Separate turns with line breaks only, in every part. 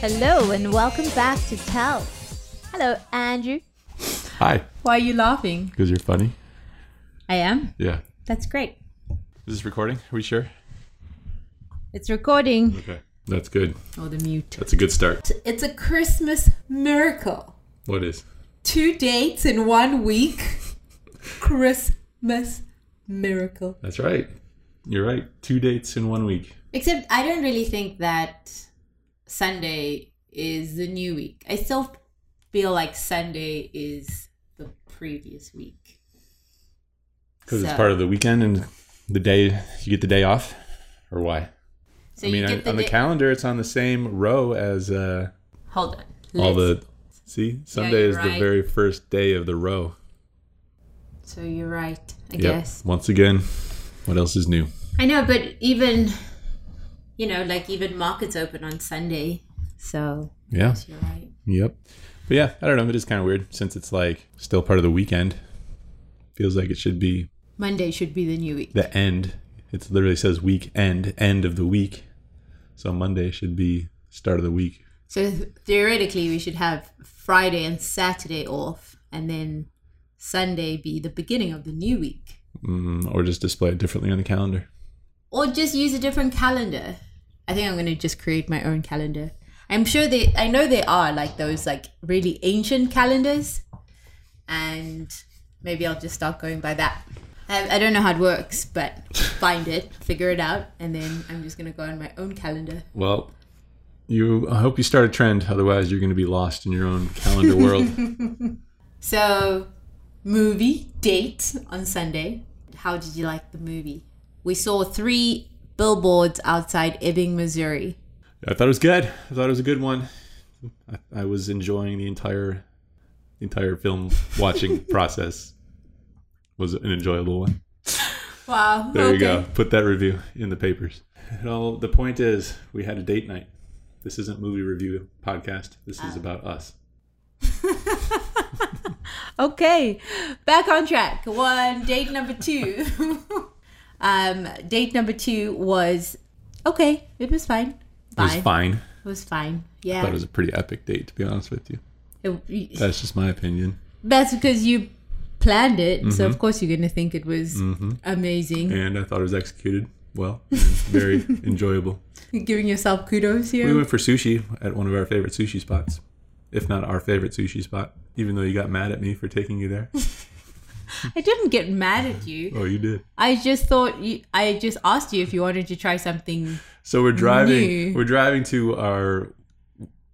Hello and welcome back to Tell. Hello, Andrew.
Hi,
Why are you laughing?
because you're funny.
I am.
Yeah.
That's great.
Is this recording? Are we sure?
It's recording.
Okay. That's good.
Oh, the mute.
That's a good start.
It's a Christmas miracle.
What is?
Two dates in one week. Christmas miracle.
That's right. You're right. Two dates in one week.
Except I don't really think that Sunday is the new week. I still feel like Sunday is the previous week.
Because it's
So-
part of the weekend and the day you get the day off? Or why?
So
I mean,
you
on,
get the,
on the
day-
calendar, it's on the same row as uh,
Hold on.
all
Let's-
the. See? Sunday
you're
is the
right.
very first day of the row.
So you're right, I
Yep.
guess.
Once again, what else is new?
I know, but even you know, like even markets open on Sunday. So
Yeah.
you're right.
Yep. But yeah, I don't know. It is kind of weird since it's like still part of the weekend. Feels like it should be
Monday should be the new week.
the end. It literally says week end, end of the week. So Monday should be start of the week.
So theoretically, we should have Friday and Saturday off, and then Sunday be the beginning of the new week,
Mm, or just display it differently on the calendar.
or just use a different calendar. I think I'm going to just create my own calendar. I'm sure they. I know there are like those like really ancient calendars, and maybe I'll just start going by that. I, I don't know how it works, but find it, figure it out, and then I'm just going to go on my own calendar.
Well, you I hope you start a trend, otherwise you're gonna be lost in your own calendar world.
So, movie date on Sunday. How did you like the movie? We saw three billboards outside Ebbing, Missouri.
I thought it was good. I thought it was a good one. I, I was enjoying the entire the entire film watching process. Was an enjoyable one.
Wow.
There you go. Put that review in the papers. Well, the point is, we had a date night. This isn't movie review podcast. This is
Uh,
about us.
Okay, back on track. One, date number two. um, date number two was okay, it was fine.
It was
Fine.
fine.
It was fine.
I
Yeah.
thought it was a pretty epic date, to be honest with you.
It-
That's just my opinion.
that's because you planned it. So,
Mm-hmm.
of course, you're going to think it was amazing.
And I thought it was executed well, and very enjoyable.
Giving yourself kudos here.
We went for sushi at one of our favorite sushi spots, if not our favorite sushi spot, even though you got mad at me for taking you there.
I didn't get mad at you.
Oh, you did.
I just thought you, I just asked you if you wanted to try something.
So we're driving.
New.
We're driving to our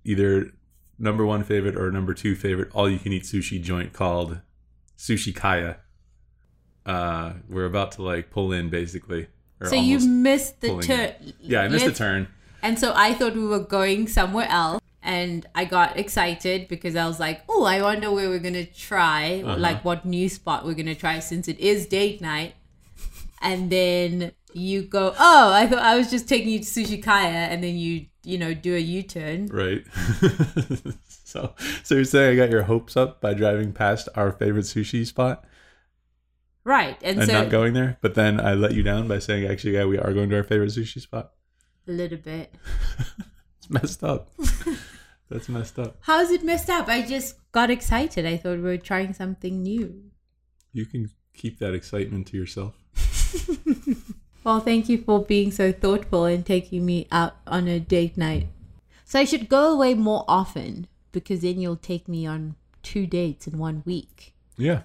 either number one favorite or number two favorite all-you-can-eat sushi joint called Sushi Kaya. Uh, we're about to like pull in basically. Or
So
almost
you missed the
pulling
turn.
it. yeah, I missed the turn.
And so I thought we were going somewhere else. And I got excited because I was like, oh, I wonder where we're going to try, like what new spot we're going to try since it is date night. And then you go, oh, I thought I was just taking you to Sushi Kaya. And then you, you know, do a U turn.
Right. so, so you're saying I got your hopes up by driving past our favorite sushi spot
Right. And,
and
so
not going there, but then I let you down by saying actually, yeah, we are going to our favorite sushi spot.
a little bit.
It's messed up. That's messed up.
How's it messed up? I just got excited. I thought we were trying something new.
You can keep that excitement to yourself.
Well, thank you for being so thoughtful and taking me out on a date night. So I should go away more often because then you'll take me on two dates in one week.
Yeah.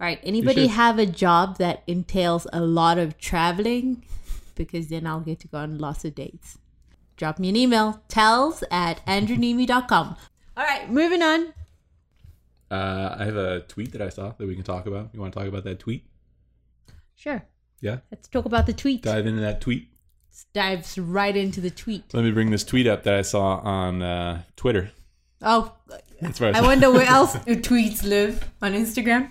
All right. Anybody
should.
have a job that entails a lot of traveling? Because then I'll get to go on lots of dates. Drop me an email, tells at andronimi.com. All right, moving on.
Uh, I have a tweet that I saw that we can talk about. You want to talk about that tweet?
Sure.
Yeah.
Let's talk about the tweet.
Dive into that tweet.
Dives right into the tweet.
Let me bring this tweet up that I saw on uh, Twitter.
Oh,
That's where I,
I
saw.
wonder where else your tweets live on Instagram.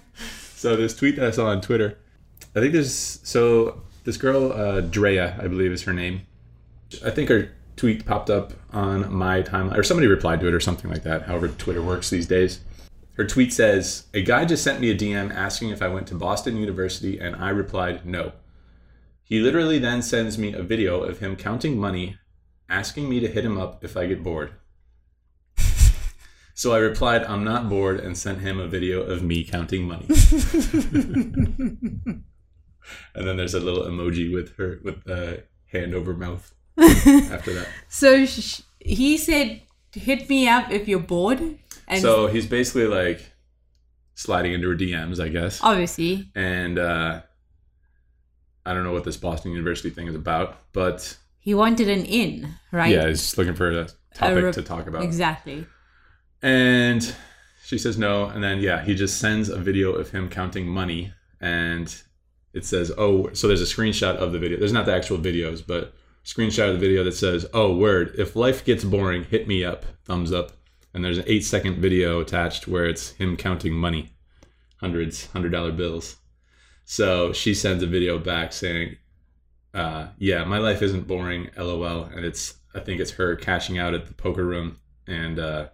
So this tweet that I saw on Twitter, I think there's so this girl uh, Drea, I believe is her name. I think her tweet popped up on my timeline, or somebody replied to it, or something like that. However, Twitter works these days. her tweet says, "A guy just sent me a DM asking if I went to Boston University, and I replied no." He literally then sends me a video of him counting money, asking me to hit him up if I get bored. So I replied, "I'm not bored," and sent him a video of me counting money. and then there's a little emoji with her with the hand over mouth after that.
So sh- he said, "Hit me up if you're bored." And
so he's basically like sliding into her DMs, I guess.
obviously,
And uh, I don't know what this Boston University thing is about, but
he wanted an in, right?
yeah, he's just looking for a topic
rep-
to talk about.
Exactly.
And she says no. And then, yeah, he just sends a video of him counting money. And it says, oh, so there's a screenshot of the video. There's not the actual videos, but screenshot of the video that says, oh, word, if life gets boring, hit me up, thumbs up. And there's an eight second video attached where it's him counting money, hundreds, hundred dollar bills. So she sends a video back saying, uh, yeah, my life isn't boring, lol. And it's, I think it's her cashing out at the poker room and, uh,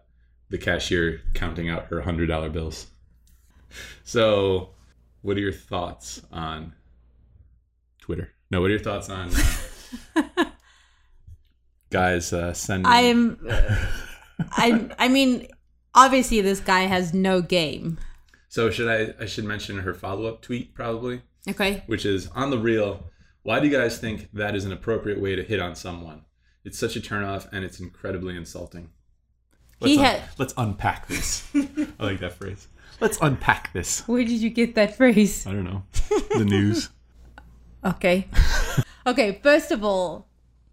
the cashier counting out her hundred dollar bills. So, what are your thoughts on Twitter? No, what are your thoughts on uh, guys uh, sending?
I'm. I. uh, I mean, obviously, this guy has no game.
so should I? I should mention her follow up tweet probably,
Okay.
which is on the real. Why do you guys think that is an appropriate way to hit on someone? It's such a turnoff, and it's incredibly insulting.
He
un-
had-
let's unpack this. I like that phrase. Let's unpack this.
Where did you get that phrase?
I don't know. The news.
Okay. okay. First of all,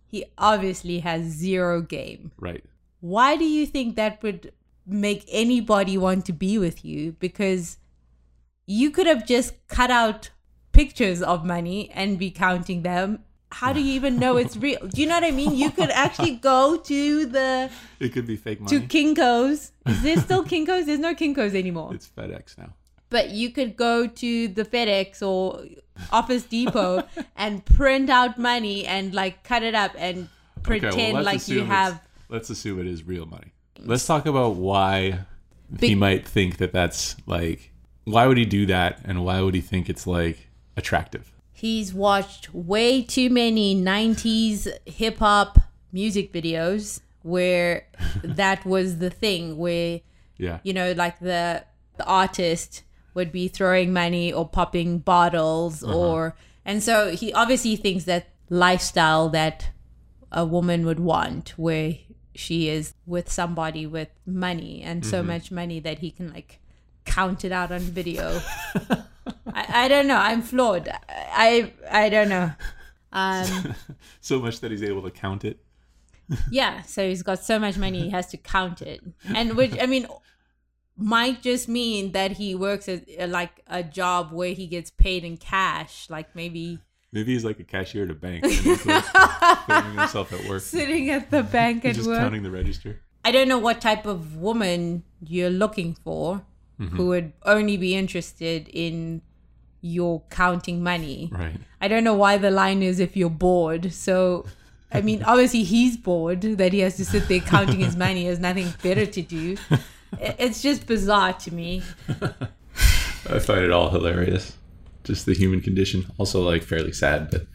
he obviously has zero game.
Right.
Why do you think that would make anybody want to be with you? Because you could have just cut out pictures of money and be counting them. How do you even know it's real? Do you know what I mean? You could actually go to the
It could be fake
to
money.
Kinko's. Is there still Kinko's? There's no Kinko's anymore.
It's FedEx now.
but you could go to the FedEx or Office Depot and print out money and like cut it up and pretend like you have.
Let's assume it is real money. Let's talk about why
Be-
he might think that that's like. Why would he do that, and why would he think it's like attractive?
He's watched way too many 90s hip hop music videos where that was the thing where
Yeah.
you know, like the the artist would be throwing money or popping bottles or and so he obviously thinks that lifestyle that a woman would want where she is with somebody with money and so much money that he can like count it out on video. I, I don't know. I'm flawed. I I I don't know. Um,
So much that he's able to count it.
yeah, so he's got so much money he has to count it, and which I mean might just mean that he works at uh, like a job where he gets paid in cash, like maybe
Maybe he's like a cashier at a bank, and he's like filming himself at work, he's
sitting at the bank at
just
work.
counting the register.
I don't know what type of woman you're looking for
Mm-hmm.
who would only be interested in your counting money.
Right.
I don't know why the line is if you're bored. So, I mean, obviously he's bored that he has to sit there counting his money. He has nothing better to do. I- It's just bizarre to me.
I find it all hilarious. Just the human condition. Also, like fairly sad, but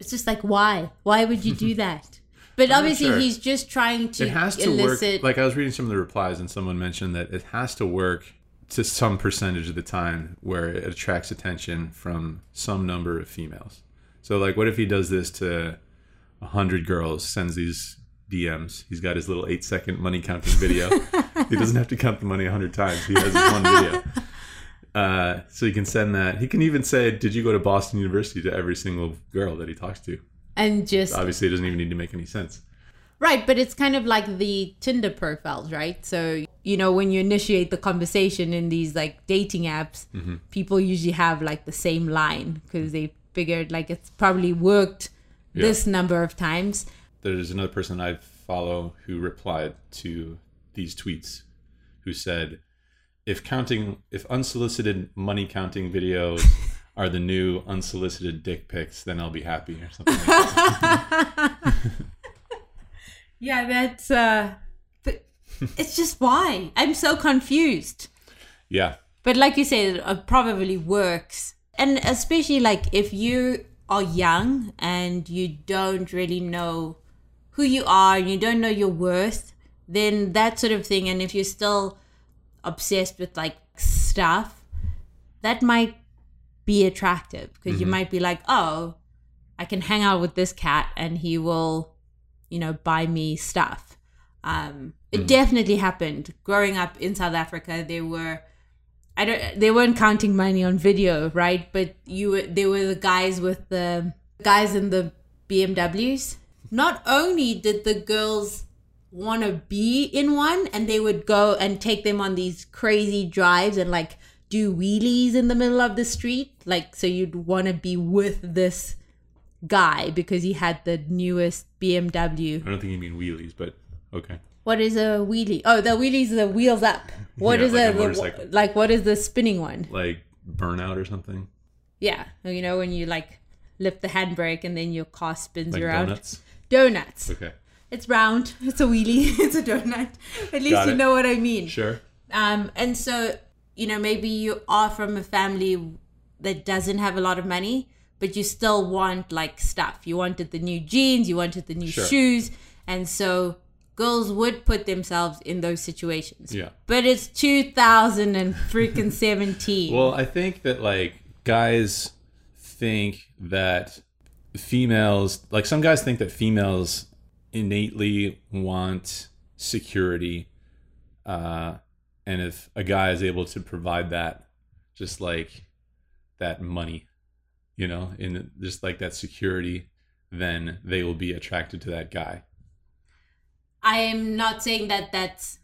It's just like, why? Why would you do that? But obviously,
sure.
he's just trying to,
it has to
elicit.
work. Like I was reading some of the replies, and someone mentioned that it has to work to some percentage of the time where it attracts attention from some number of females. So, like, what if he does this to a hundred girls? Sends these DMs. He's got his little eight-second money counting video. he doesn't have to count the money a hundred times. He has one video. Uh, so he can send that. He can even say, "Did you go to Boston University?" to every single girl that he talks to.
and just
Obviously, it doesn't even need to make any sense.
Right, but it's kind of like the Tinder profiles, right? So, you know, when you initiate the conversation in these like dating apps, people usually have like the same line because they figured like it's probably worked this number of times.
there's another person I follow who replied to these tweets who said, if counting, if unsolicited money counting videos are the new unsolicited dick pics, then I'll be happy or something. Like that.
Yeah, that's uh but it's just why. I'm so confused.
Yeah.
But like you said, it uh, probably works. And especially like if you are young and you don't really know who you are and you don't know your worth, then that sort of thing. And if you're still obsessed with like stuff, that might be attractive because you might be like, oh, I can hang out with this cat and he will, you know, buy me stuff. Um, it definitely happened growing up in South Africa. There were I don't. They weren't counting money on video, right? But you, were- they were the guys with the guys in the BMWs. Not only did the girls want to be in one, and they would go and take them on these crazy drives and like do wheelies in the middle of the street, like so you'd want to be with this guy because he had the newest BMW.
I don't think you mean wheelies, but okay.
What is a wheelie? Oh, the wheelies, the wheels up. What
Yeah,
is
like a
a,
motorcycle.
like what is the spinning one?
Like burnout or something.
Yeah, you know when you like lift the handbrake and then your car spins
Like
around.
donuts.
Donuts.
Okay.
It's round. It's a wheelie. It's a donut. At least
Got
you
it.
know what I mean.
Sure.
Um, and so you know maybe you are from a family that doesn't have a lot of money, but you still want like stuff. You wanted the new jeans. You wanted the new
Sure.
shoes, and so girls would put themselves in those situations.
Yeah.
But it's two thousand and freaking seventeen.
Well, I think that like guys think that females, like some guys think that females innately want security. Uh, and if a guy is able to provide that, just like that money, you know, and just like that security, then they will be attracted to that guy.
I am not saying that that's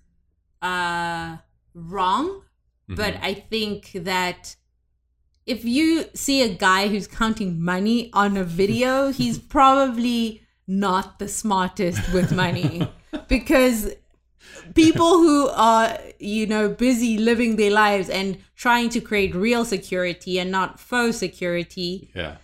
uh, wrong, but I think that if you see a guy who's counting money on a video, he's probably not the smartest with money because people who are, you know, busy living their lives and trying to create real security and not faux security
Yeah.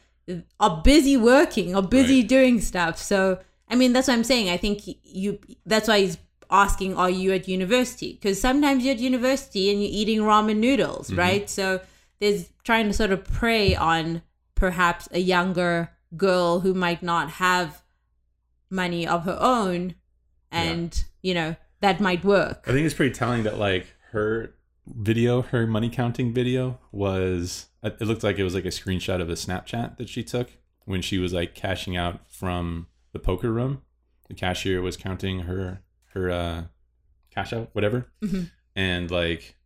are busy working or busy
Right.
doing stuff. So I mean, that's what I'm saying. I think you. That's why he's asking, "Are you at university?" Because sometimes you're at university and you're eating ramen noodles, right? So there's trying to sort of prey on perhaps a younger girl who might not have money of her own, and you know that might work.
I think it's pretty telling that like her video, her money counting video was it looked like it was like a screenshot of a Snapchat that she took when she was like cashing out from the poker room. The cashier was counting her her uh cash out, whatever.
Mm-hmm.
And like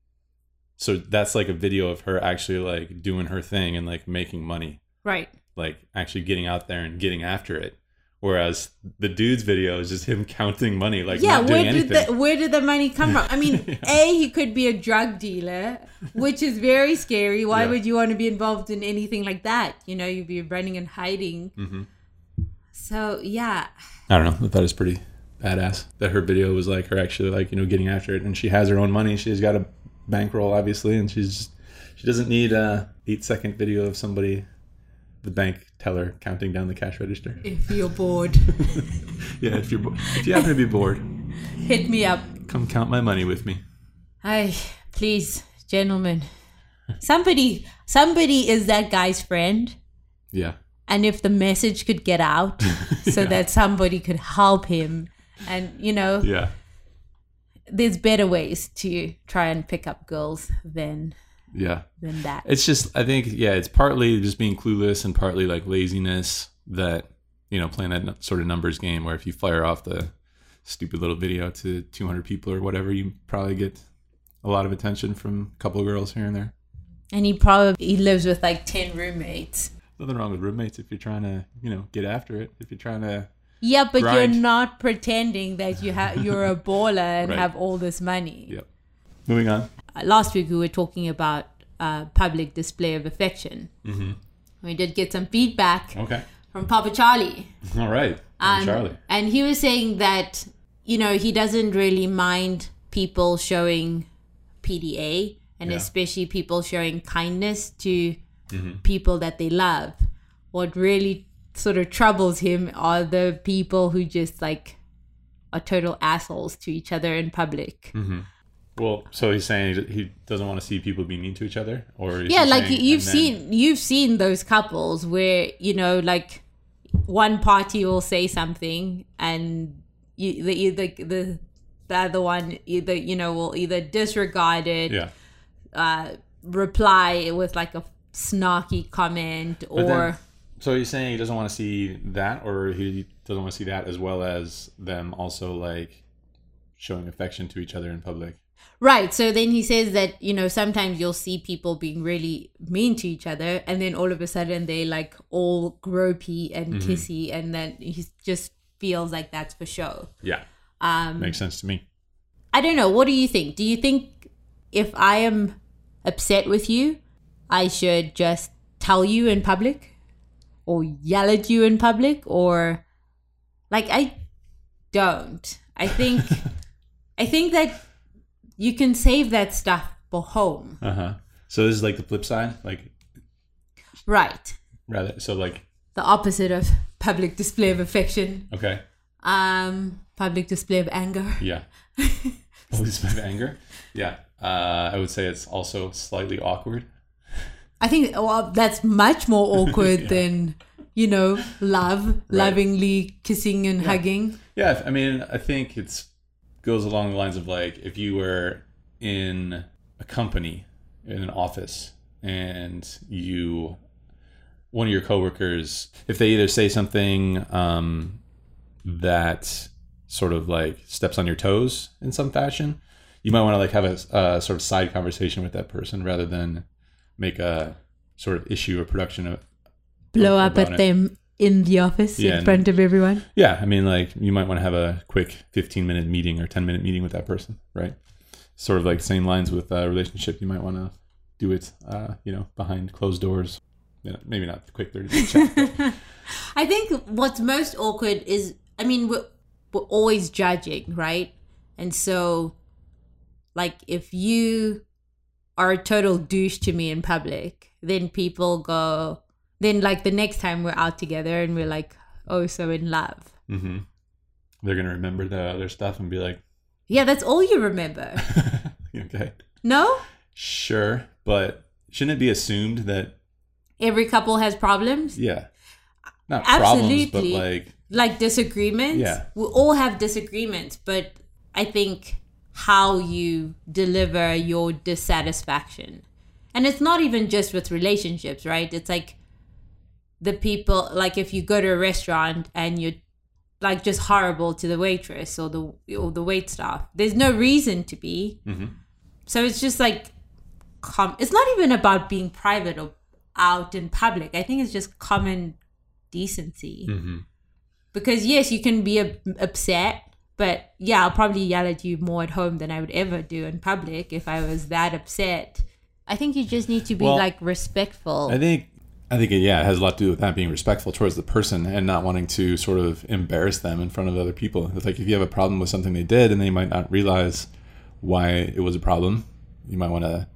so that's like a video of her actually like doing her thing and like making money
Right.
like actually getting out there and getting after it. Whereas the dude's video is just him counting money, like
yeah,
not doing
where
anything.
did the where did the money come from? I mean, a he could be a drug dealer, which is very scary. Why
Yeah.
would you want to be involved in anything like that? You know, you'd be running and hiding.
Mm-hmm.
So yeah,
I don't know. I thought it was pretty badass that her video was like her actually like you know getting after it, and she has her own money. She's got a bankroll, obviously, and she's just, she doesn't need a eight second video of somebody, the bank teller counting down the cash register.
if you're bored,
Yeah, if you're bo- if you happen to be bored,
hit me up.
come count my money with me.
Hey, please, gentlemen, somebody, somebody is that guy's friend,
Yeah,
and if the message could get out, so that somebody could help him, and you know,
yeah,
there's better ways to try and pick up girls than
yeah.
than that.
It's just I think yeah, it's partly just being clueless and partly like laziness that you know playing that nu- sort of numbers game where if you fire off the stupid little video to 200 people or whatever, you probably get a lot of attention from a couple of girls here and there.
And he probably he lives with like ten roommates.
Nothing wrong with roommates if you're trying to you know get after it. If you're trying to
Yeah, but
Grind.
you're not pretending that you have you're a baller and
Right.
have all this money.
yep. Moving on.
Uh, Last week we were talking about uh, public display of affection. Mm-hmm. We did get some feedback
Okay.
from Papa Charlie.
All right.
Um, And he was saying that, you know, he doesn't really mind people showing PDA and
Yeah.
especially people showing kindness to people that they love. What really sort of troubles him are the people who just like are total assholes to each other in public.
Well, so he's saying he doesn't want to see people be mean to each other, or is
yeah
he
like
saying-
you've
and then-
seen you've seen those couples where you know like one party will say something and you the either the the other one either you know will either disregard it
Yeah,
uh reply with like a snarky comment or
But then- so he's saying he doesn't want to see that, or he doesn't want to see that as well as them also like showing affection to each other in public.
Right. So then he says that, you know, sometimes you'll see people being really mean to each other and then all of a sudden they like all gropey and
Mm-hmm.
kissy and then he just feels like that's for show.
Yeah,
Um
makes sense to me.
I don't know, what do you think? Do you think if I am upset with you, I should just tell you in public or yell at you in public or like I don't. I think I think that you can save that stuff for home.
Uh huh. So this is like the flip side, like
Right.
rather. So like
The opposite of public display of affection.
okay,
Um public display of anger.
yeah. Always bit of anger. Yeah, uh, I would say it's also slightly awkward.
I think well, that's much more awkward than you know love, lovingly kissing and hugging.
Yeah, if- I mean, I think it's goes along the lines of like if you were in a company in an office and you one of your coworkers if they either say something um, that sort of like steps on your toes in some fashion you might want to like have a uh, sort of side conversation with that person rather than make a sort of issue or production of
Blow up
About
at
it.
them in the office
Yeah,
in
and-
front of everyone.
yeah, I mean, like you might want to have a quick fifteen minute meeting or ten minute meeting with that person, right? Sort of like same lines with uh, relationship. You might want to do it, uh, you know, behind closed doors. Yeah, maybe not the quick thirty minute chat. but-
I think what's most awkward is, I mean, we're, we're always judging, right? And so, like, if you are a total douche to me in public, then people go, then, like, the next time we're out together and we're like, oh, so in love.
Mhm. They're gonna remember the other stuff and be like,
Yeah, that's all you remember.
okay,
No?
sure, but shouldn't it be assumed that
every couple has problems
yeah, not problems, but
Absolutely.
like
like disagreements
Yeah.
we all have disagreements but i think how you deliver your dissatisfaction and it's not even just with relationships right it's like the people like if you go to a restaurant and you're like just horrible to the waitress or the or the wait staff there's no reason to be so it's just like com- it's not even about being private or out in public i think it's just common decency because yes you can be up- upset but yeah i'll probably yell at you more at home than i would ever do in public if i was that upset i think you just need to be
Well,
like respectful
I think I think it, yeah, it has a lot to do with not being respectful towards the person and not wanting to sort of embarrass them in front of other people. It's like if you have a problem with something they did and they might not realize why it was a problem, you might want to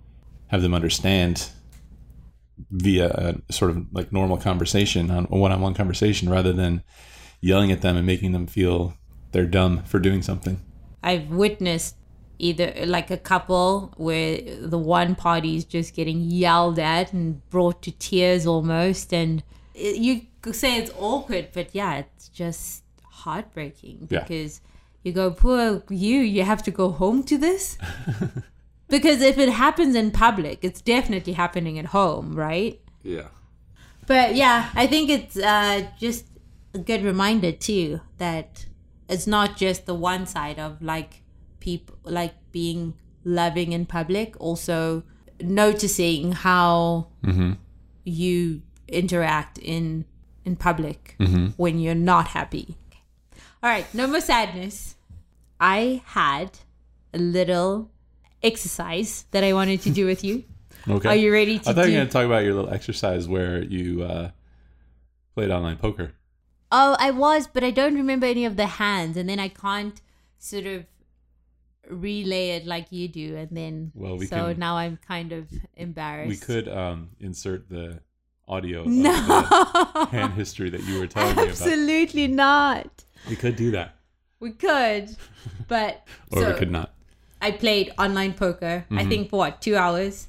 have them understand via a sort of like normal conversation on a one-on-one conversation rather than yelling at them and making them feel they're dumb for doing something.
I've witnessed either like a couple where the one party is just getting yelled at and brought to tears almost, and it- you could say it's awkward, but yeah, it's just heartbreaking
Yeah.
because you go, poor you, you have to go home to this. because if it happens in public, it's definitely happening at home, right?
Yeah.
But yeah, I think it's uh, just a good reminder too that it's not just the one side of like people like being loving in public, also noticing how you interact in in public when you're not happy. All right, no more sadness. I had a little exercise that I wanted to do with you.
Okay.
Are you ready to
I thought
do
you were going to talk about your little exercise where you uh, played online poker.
Oh, I was, but I don't remember any of the hands, and then I can't sort of relay it like you do, and then
Well, we
so
can-
now I'm kind of embarrassed.
We could um, insert the audio of the
no,
hand history that you were telling me about.
absolutely not.
We could do that,
We could, but
or
so
we could Mm-hmm. not.
I played online poker. I think for what two hours.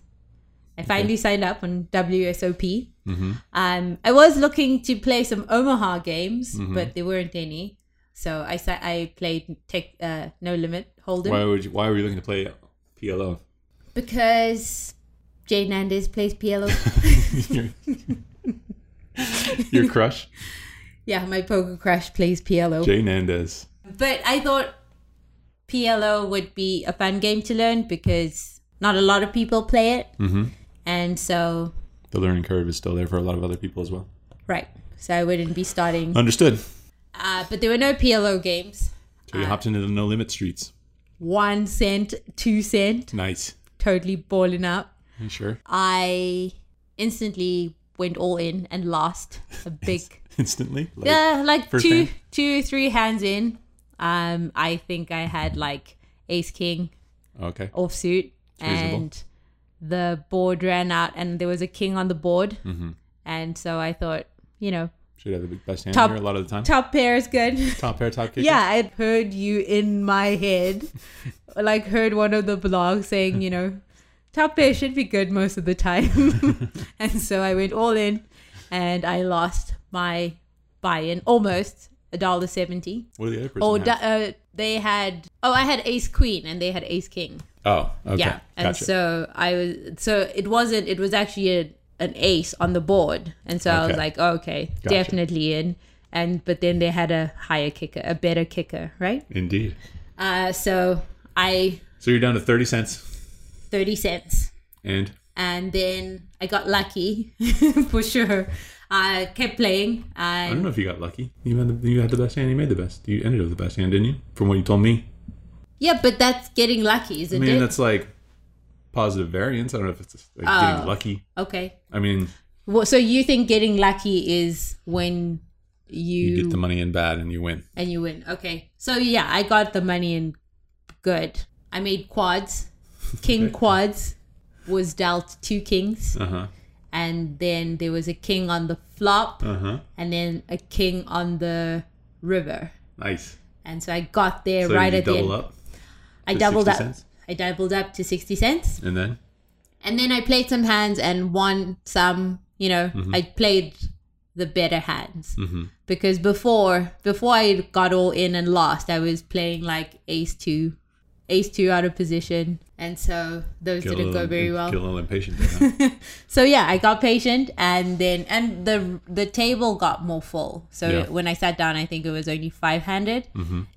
I finally signed up on WSOP.
Mm-hmm.
Um, I was looking to play some Omaha games,
Mm-hmm.
but there weren't any. So I si- I played tech, uh, No Limit Hold'em
Why would you, why were you looking to play PLO?
because Jay Nandez plays PLO.
your, your crush,
yeah, my poker crush plays PLO.
Jay Nandez.
But I thought PLO would be a fun game to learn because not a lot of people play it. And so,
The learning curve is still there for a lot of other people as well.
right. So I wouldn't be starting.
Understood.
Uh, but there were no PLO games.
So you hopped into the No Limit Streets.
One cent, two cent,
Nice.
totally balling up.
You sure?
I instantly went all in and lost a big.
Instantly? Like,
Yeah, like
first
two,
hand?
two, three hands in. Um, I think I had like ace king
Okay.
offsuit,
reasonable.
and the board ran out, and there was a king on the board, and so I thought, you know,
Should have the best hand
Top-
here a lot of the time. Top,
top pair is good.
pair, top kicker.
yeah, I'd heard you in my head, like heard one of the blogs saying, you know, top pair should be good most of the time, and so I went all in, and I lost my buy-in almost a dollar seventy.
What do the other person
Oh,
have?
da- uh, they had. Oh, I had Ace Queen, and they had Ace King.
oh, okay.
Yeah, and
gotcha.
so I was. So it wasn't. It was actually a, an ace on the board, and so I was
Okay.
like, oh, okay,
Gotcha.
definitely in. And but then they had a higher kicker, a better kicker, right?
Indeed.
Uh, so I
So you're down to 30 cents.
thirty cents,
And
and then I got lucky for sure. I kept playing.
I don't
I
know if you got lucky. You had the, you had the best hand. You made the best. You ended up with the best hand, didn't you? From what you told me.
yeah, but that's getting lucky, isn't
I mean,
it?
that's like positive variance. I don't know if it's like getting lucky.
okay.
I mean,
Well, so you think getting lucky is when you,
you get the money in bad and you win.
and you win. Okay. So yeah, I got the money in good. I made quads. King quads was dealt two kings
Uh huh.
and then there was a king on the flop
Uh huh.
and then a king on the river.
Nice.
And so I got there
So
right
you
at the end.
double up,
I
to
doubled
60
up.
cents?
I doubled up to 60 cents.
and then
And then I played some hands and won some, you know, I played the better hands. Because before before I got all in and lost, I was playing like ace two, ace two out of position. And so those
get a
didn't
little,
go very well.
Get a little impatient. There, huh?
So yeah, I got patient and then and the the table got more full. So
Yeah.
when I sat down, I think it was only five handed.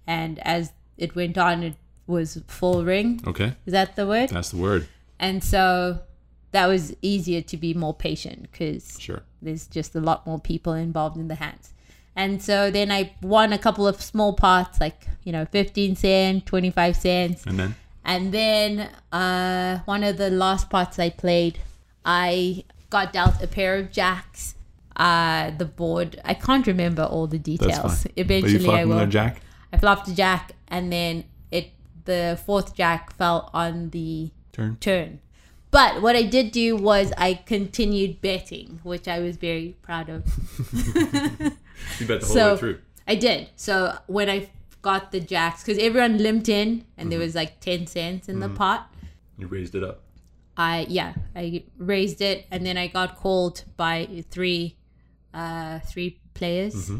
And as it went on, it was full ring.
okay,
Is that the word?
that's the word.
And so that was easier to be more patient because
Sure.
there's just a lot more people involved in the hands. And so then I won a couple of small parts, like, you know, 15 cents, 25 cents.
And then
And then uh, one of the last parts I played, I got dealt a pair of jacks. Uh, the board, I can't remember all the
that's
details.
fine. but
Eventually,
you
I will.
another jack.
I flopped a jack, and then it the fourth jack fell on the
Turn.
turn. But what I did do was I continued betting, which I was very proud of.
You bet the whole
so
way through.
I did. So when I got the jacks, because everyone limped in and there was like 10 cents in the pot,
You raised it up.
I, yeah, I raised it and then I got called by three, uh, three players.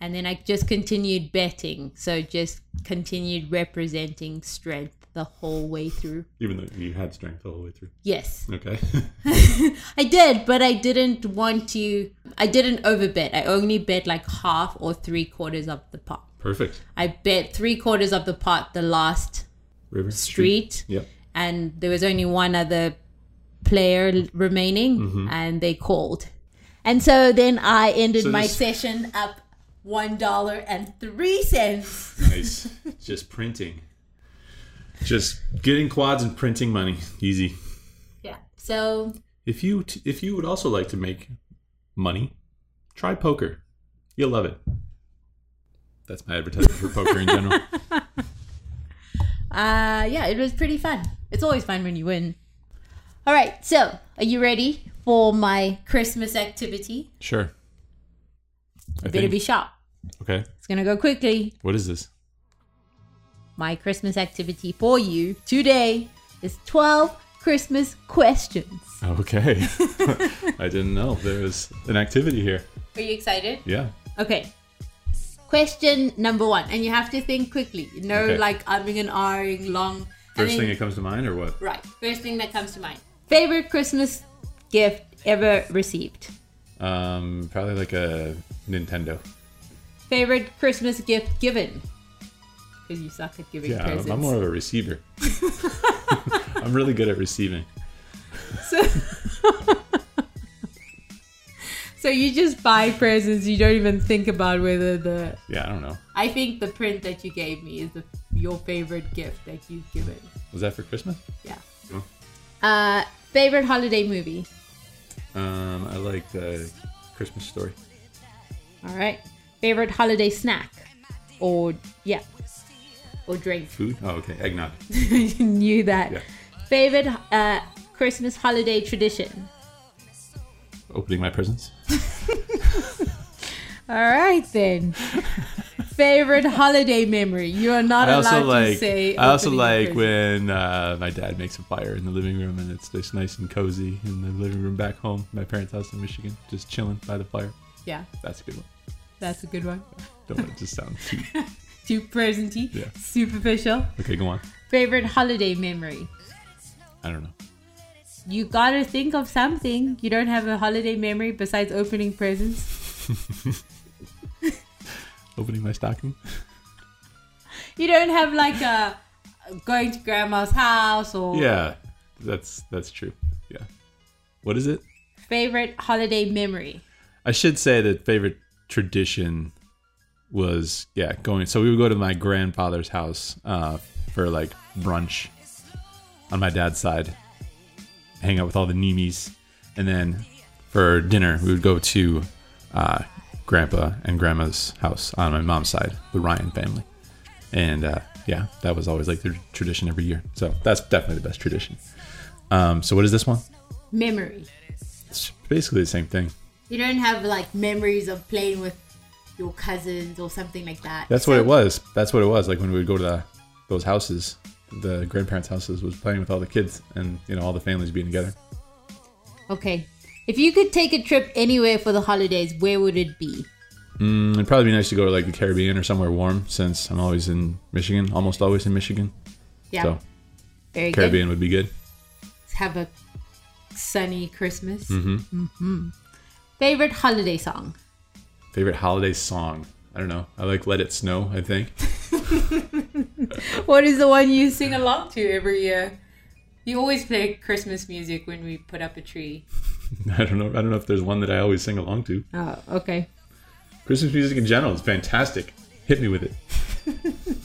And then I just continued betting. So just continued representing strength the whole way through.
Even though you had strength the whole way through.
Yes.
Okay.
I did, but I didn't want to. I didn't overbet. I only bet like half or three quarters of the pot.
Perfect.
I bet three quarters of the pot the last
River.
street,
Yep.
and there was only one other player l- remaining, and they called. And so then I ended
Mm-hmm. So
my
this-
session up one dollar and three cents.
Nice. Just printing. Just getting quads and printing money. Easy.
Yeah. So
If you t- if you would also like to make money, try poker. You'll love it. That's my advertisement for poker in general.
Uh, yeah, it was pretty fun. It's always fun when you win. All right, so are you ready for my Christmas activity?
Sure. I
Better
think.
be sharp.
okay.
It's gonna go quickly.
What is this?
my Christmas activity for you today is 12 Christmas questions.
Okay. I didn't know there was an activity here.
Are you excited?
Yeah.
Okay. Question number one, and you have to think quickly. No,
Okay.
like umming and ahhing long. I
First
mean-
thing that comes to mind, or what?
right. First thing that comes to mind. Favorite Christmas gift ever received.
Um, probably like a Nintendo.
Favorite Christmas gift given. Because you suck at giving
Yeah, I'm-
presents.
I'm more of a receiver. I'm really good at receiving.
So, so you just buy presents. You don't even think about whether the.
Yeah, I don't know.
I think the print that you gave me is the, your favorite gift that you've given.
Was that for Christmas?
Yeah.
No.
Uh, favorite holiday movie.
Um, I like the Christmas story.
All right. Favorite holiday snack, or yeah, or drink.
Food? Oh, okay. Eggnog.
you knew that.
Yeah.
Favorite uh, Christmas holiday tradition.
Opening my presents.
All right then. Favorite holiday memory. You are not
I
allowed
also
to
like.
say.
I also
opening
like
presents.
when uh, my dad makes a fire in the living room and it's just nice and cozy in the living room back home, my parents' house in Michigan, just chilling by the fire.
Yeah,
That's a good one.
that's a good one.
Don't want it to sound too.
Too presenty.
Yeah.
Superficial.
Okay, go on.
Favorite holiday memory.
I don't know.
You gotta think of something. You don't have a holiday memory besides opening presents.
Opening my stocking.
You don't have like a going to grandma's house or
Yeah, that's that's true. Yeah. What is it?
favorite holiday memory.
I should say that favorite tradition was yeah going. So we would go to my grandfather's house uh, for like brunch on my dad's side, hang out with all the Nimis, and then for dinner we would go to uh, grandpa and grandma's house on my mom's side, the Ryan family, and uh, yeah, that was always like the tradition every year. So that's definitely the best tradition. Um, so what is this one?
Memory.
It's basically the same thing.
You don't have like memories of playing with your cousins or something like that.
That's what it was. That's what it was. Like when we would go to the, those houses, the grandparents' houses, was playing with all the kids and you know all the families being together.
Okay. If you could take a trip anywhere for the holidays, where would it be?
Mm, it'd probably be nice to go to like the Caribbean or somewhere warm, since I'm always in Michigan, almost always in Michigan.
Yeah.
So
very
Caribbean would be good.
good. Have a sunny Christmas. Mm-hmm. Favorite holiday song?
Favorite holiday song? I don't know. I like Let It Snow. I think.
What is the one you sing along to every year? You always play Christmas music when we put up a tree.
I don't know. I don't know if there's one that I always sing along to.
Oh, okay.
Christmas music in general is fantastic. Hit me with it.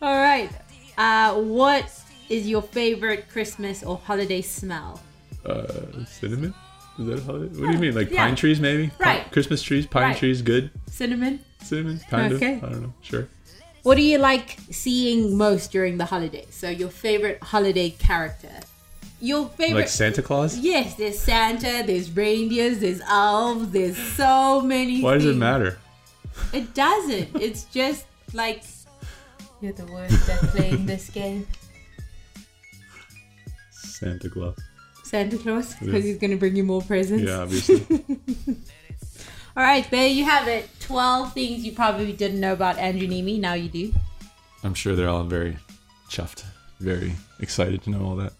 All right. Uh, what is your favorite Christmas or holiday smell?
Uh, cinnamon? Is that a holiday? What do you mean? Like
Yeah.
pine trees, maybe? Pi-
Right.
Christmas trees, pine
Right.
trees, good.
Cinnamon.
cinnamon kind
Okay.
of i don't know sure
What do you like seeing most during the holidays? So your favorite holiday character. Your favorite.
like santa claus
yes, there's Santa, there's reindeers, there's elves, there's so many.
why does it
things.
matter
It doesn't. It's just like you're the worst at playing this game,
santa claus
Santa Claus,
Yeah.
because he's gonna bring you more presents.
yeah obviously
All right, there you have it. Twelve things you probably didn't know about Andrew Nemi. Now you do.
i'm sure they're all very chuffed very excited to know all that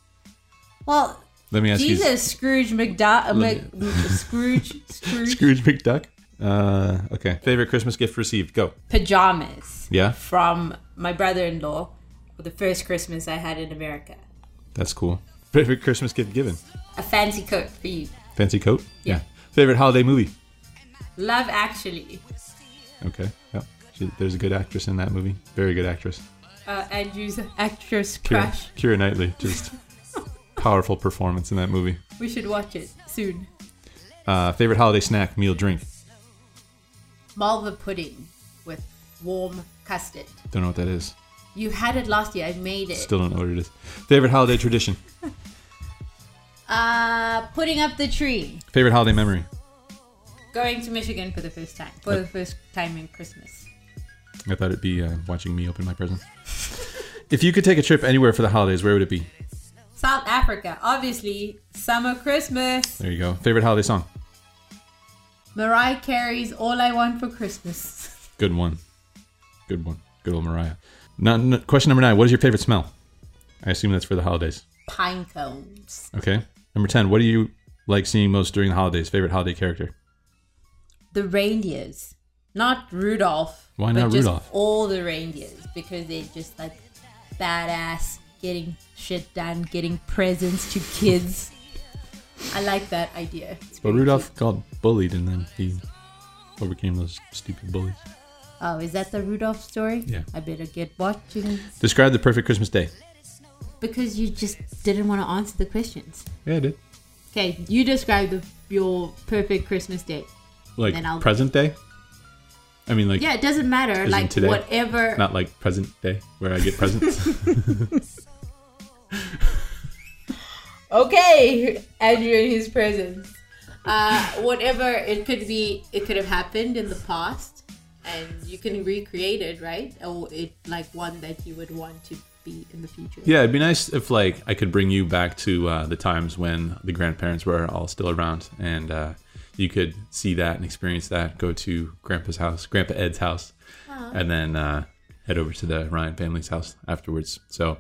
Well,
let me ask
Jesus, Scrooge McDuck,
Let
Scrooge,
you
Scrooge,
scrooge mcduck uh okay favorite christmas gift received go
pajamas.
yeah
from my brother-in-law for the first Christmas I had in America.
that's cool favorite christmas gift given
A fancy coat for you.
fancy coat
Yeah.
favorite holiday movie
Love Actually.
okay yeah She- there's a good actress in that movie very good actress
Uh, Andrew's actress
kira,
crush.
kira knightley just powerful performance in that movie
We should watch it soon.
uh favorite holiday snack meal drink
Malva pudding with warm custard.
don't know what that is
You had it last year. I made it.
Still don't know what it is. Favorite holiday tradition.
Uh, putting up the tree.
Favorite holiday memory.
Going to Michigan for the first time. For the first time in Christmas.
I thought it'd be uh, watching me open my present. if you could take a trip anywhere for the holidays, where would it be?
South Africa, obviously. Summer Christmas.
There you go. Favorite holiday song?
Mariah Carey's All I Want for Christmas.
Good one. Good one. Good old Mariah. No, no- question number nine. What is your favorite smell? I assume that's for the holidays.
Pine cones.
Okay. Number 10. What do you like seeing most during the holidays? Favorite holiday character?
The reindeers. Not Rudolph.
Why
but
not
just
Rudolph?
All the reindeers because they're just like badass, getting shit done, getting presents to kids. I like that idea. It's
But
very
Rudolph got bullied and then he overcame those stupid bullies.
cute. Oh, is that the Rudolph story?
Yeah.
I better get watching
Describe the perfect Christmas day.
because you just didn't want to answer the questions.
Yeah, I did.
Okay, you describe the, your perfect Christmas day.
Like
Then I'll-
present day? I mean, like,
Yeah, it doesn't matter.
in
like
today?
whatever.
not like present day where I get presents.
Okay, Andrew and his presence. Uh, whatever it could be, it could have happened in the past, and you can recreate it, right? Or it like one that you would want to be in the future.
Yeah, it'd be nice if like I could bring you back to uh, the times when the grandparents were all still around, and uh, you could see that and experience that. Go to Grandpa's house, Grandpa Ed's house, and then uh, head over to the Ryan family's house afterwards. So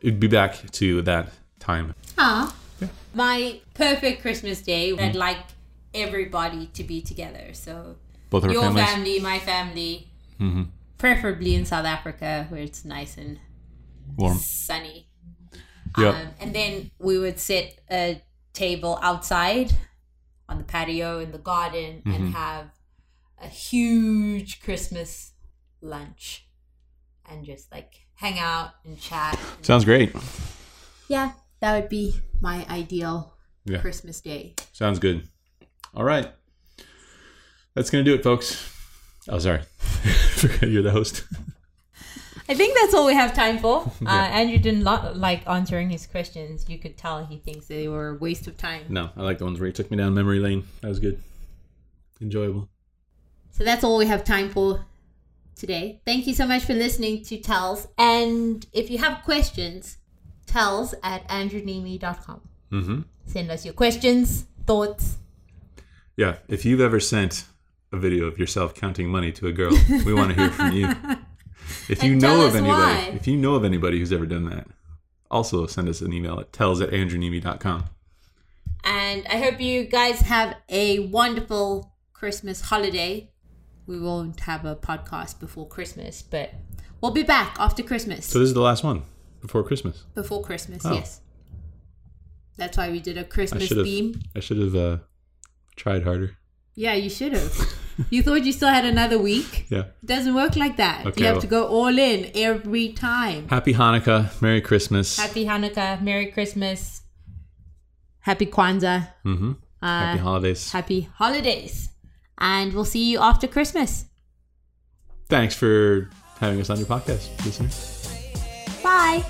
it'd be back to that time.
Ah, my perfect Christmas day. I'd
Mm.
like everybody to be together. So
Both our
your
families. Mm-hmm.
family, my family, preferably in South Africa where it's nice and
Warm.
sunny.
Yeah.
Um, and then we would set a table outside on the patio in the garden
Mm-hmm.
and have a huge Christmas lunch and just like hang out and chat.
Sounds great.
Yeah, that would be my ideal
Yeah.
Christmas day.
Sounds good. All right. That's gonna do it, folks. Oh, sorry. Forgot You're the host.
I think that's all we have time for. Uh, Andrew didn't lo- like answering his questions. You could tell he thinks they were a waste of time.
No, I like the ones where you took me down memory lane. That was good. Enjoyable.
So that's all we have time for today. Thank you so much for listening to Tells. And if you have questions, tells at andrewnemi.com.
Mm-hmm.
Send us your questions, thoughts.
Yeah. If you've ever sent a video of yourself counting money to a girl, we want to hear from you. If you
And
know
tell
of
us
anybody,
why.
if you know of anybody who's ever done that, also send us an email at tells at andrewnemi.com.
And I hope you guys have a wonderful Christmas holiday. We won't have a podcast before Christmas, but we'll be back after Christmas.
So this is the last one before Christmas.
before Christmas,
Oh.
yes. That's why we did a
I
Christmas
should have.
theme.
I should have uh, tried harder.
Yeah, you should have. you thought you still had another week?
Yeah.
doesn't work like that.
Okay,
you have
well-
to go all in every time.
Happy Hanukkah. Merry Christmas.
Happy Hanukkah, Merry Christmas, Happy Kwanzaa,
mm-hmm. Happy holidays.
Uh, Happy Holidays, and we'll see you after Christmas.
Thanks for having us on your podcast, listener.
Bye.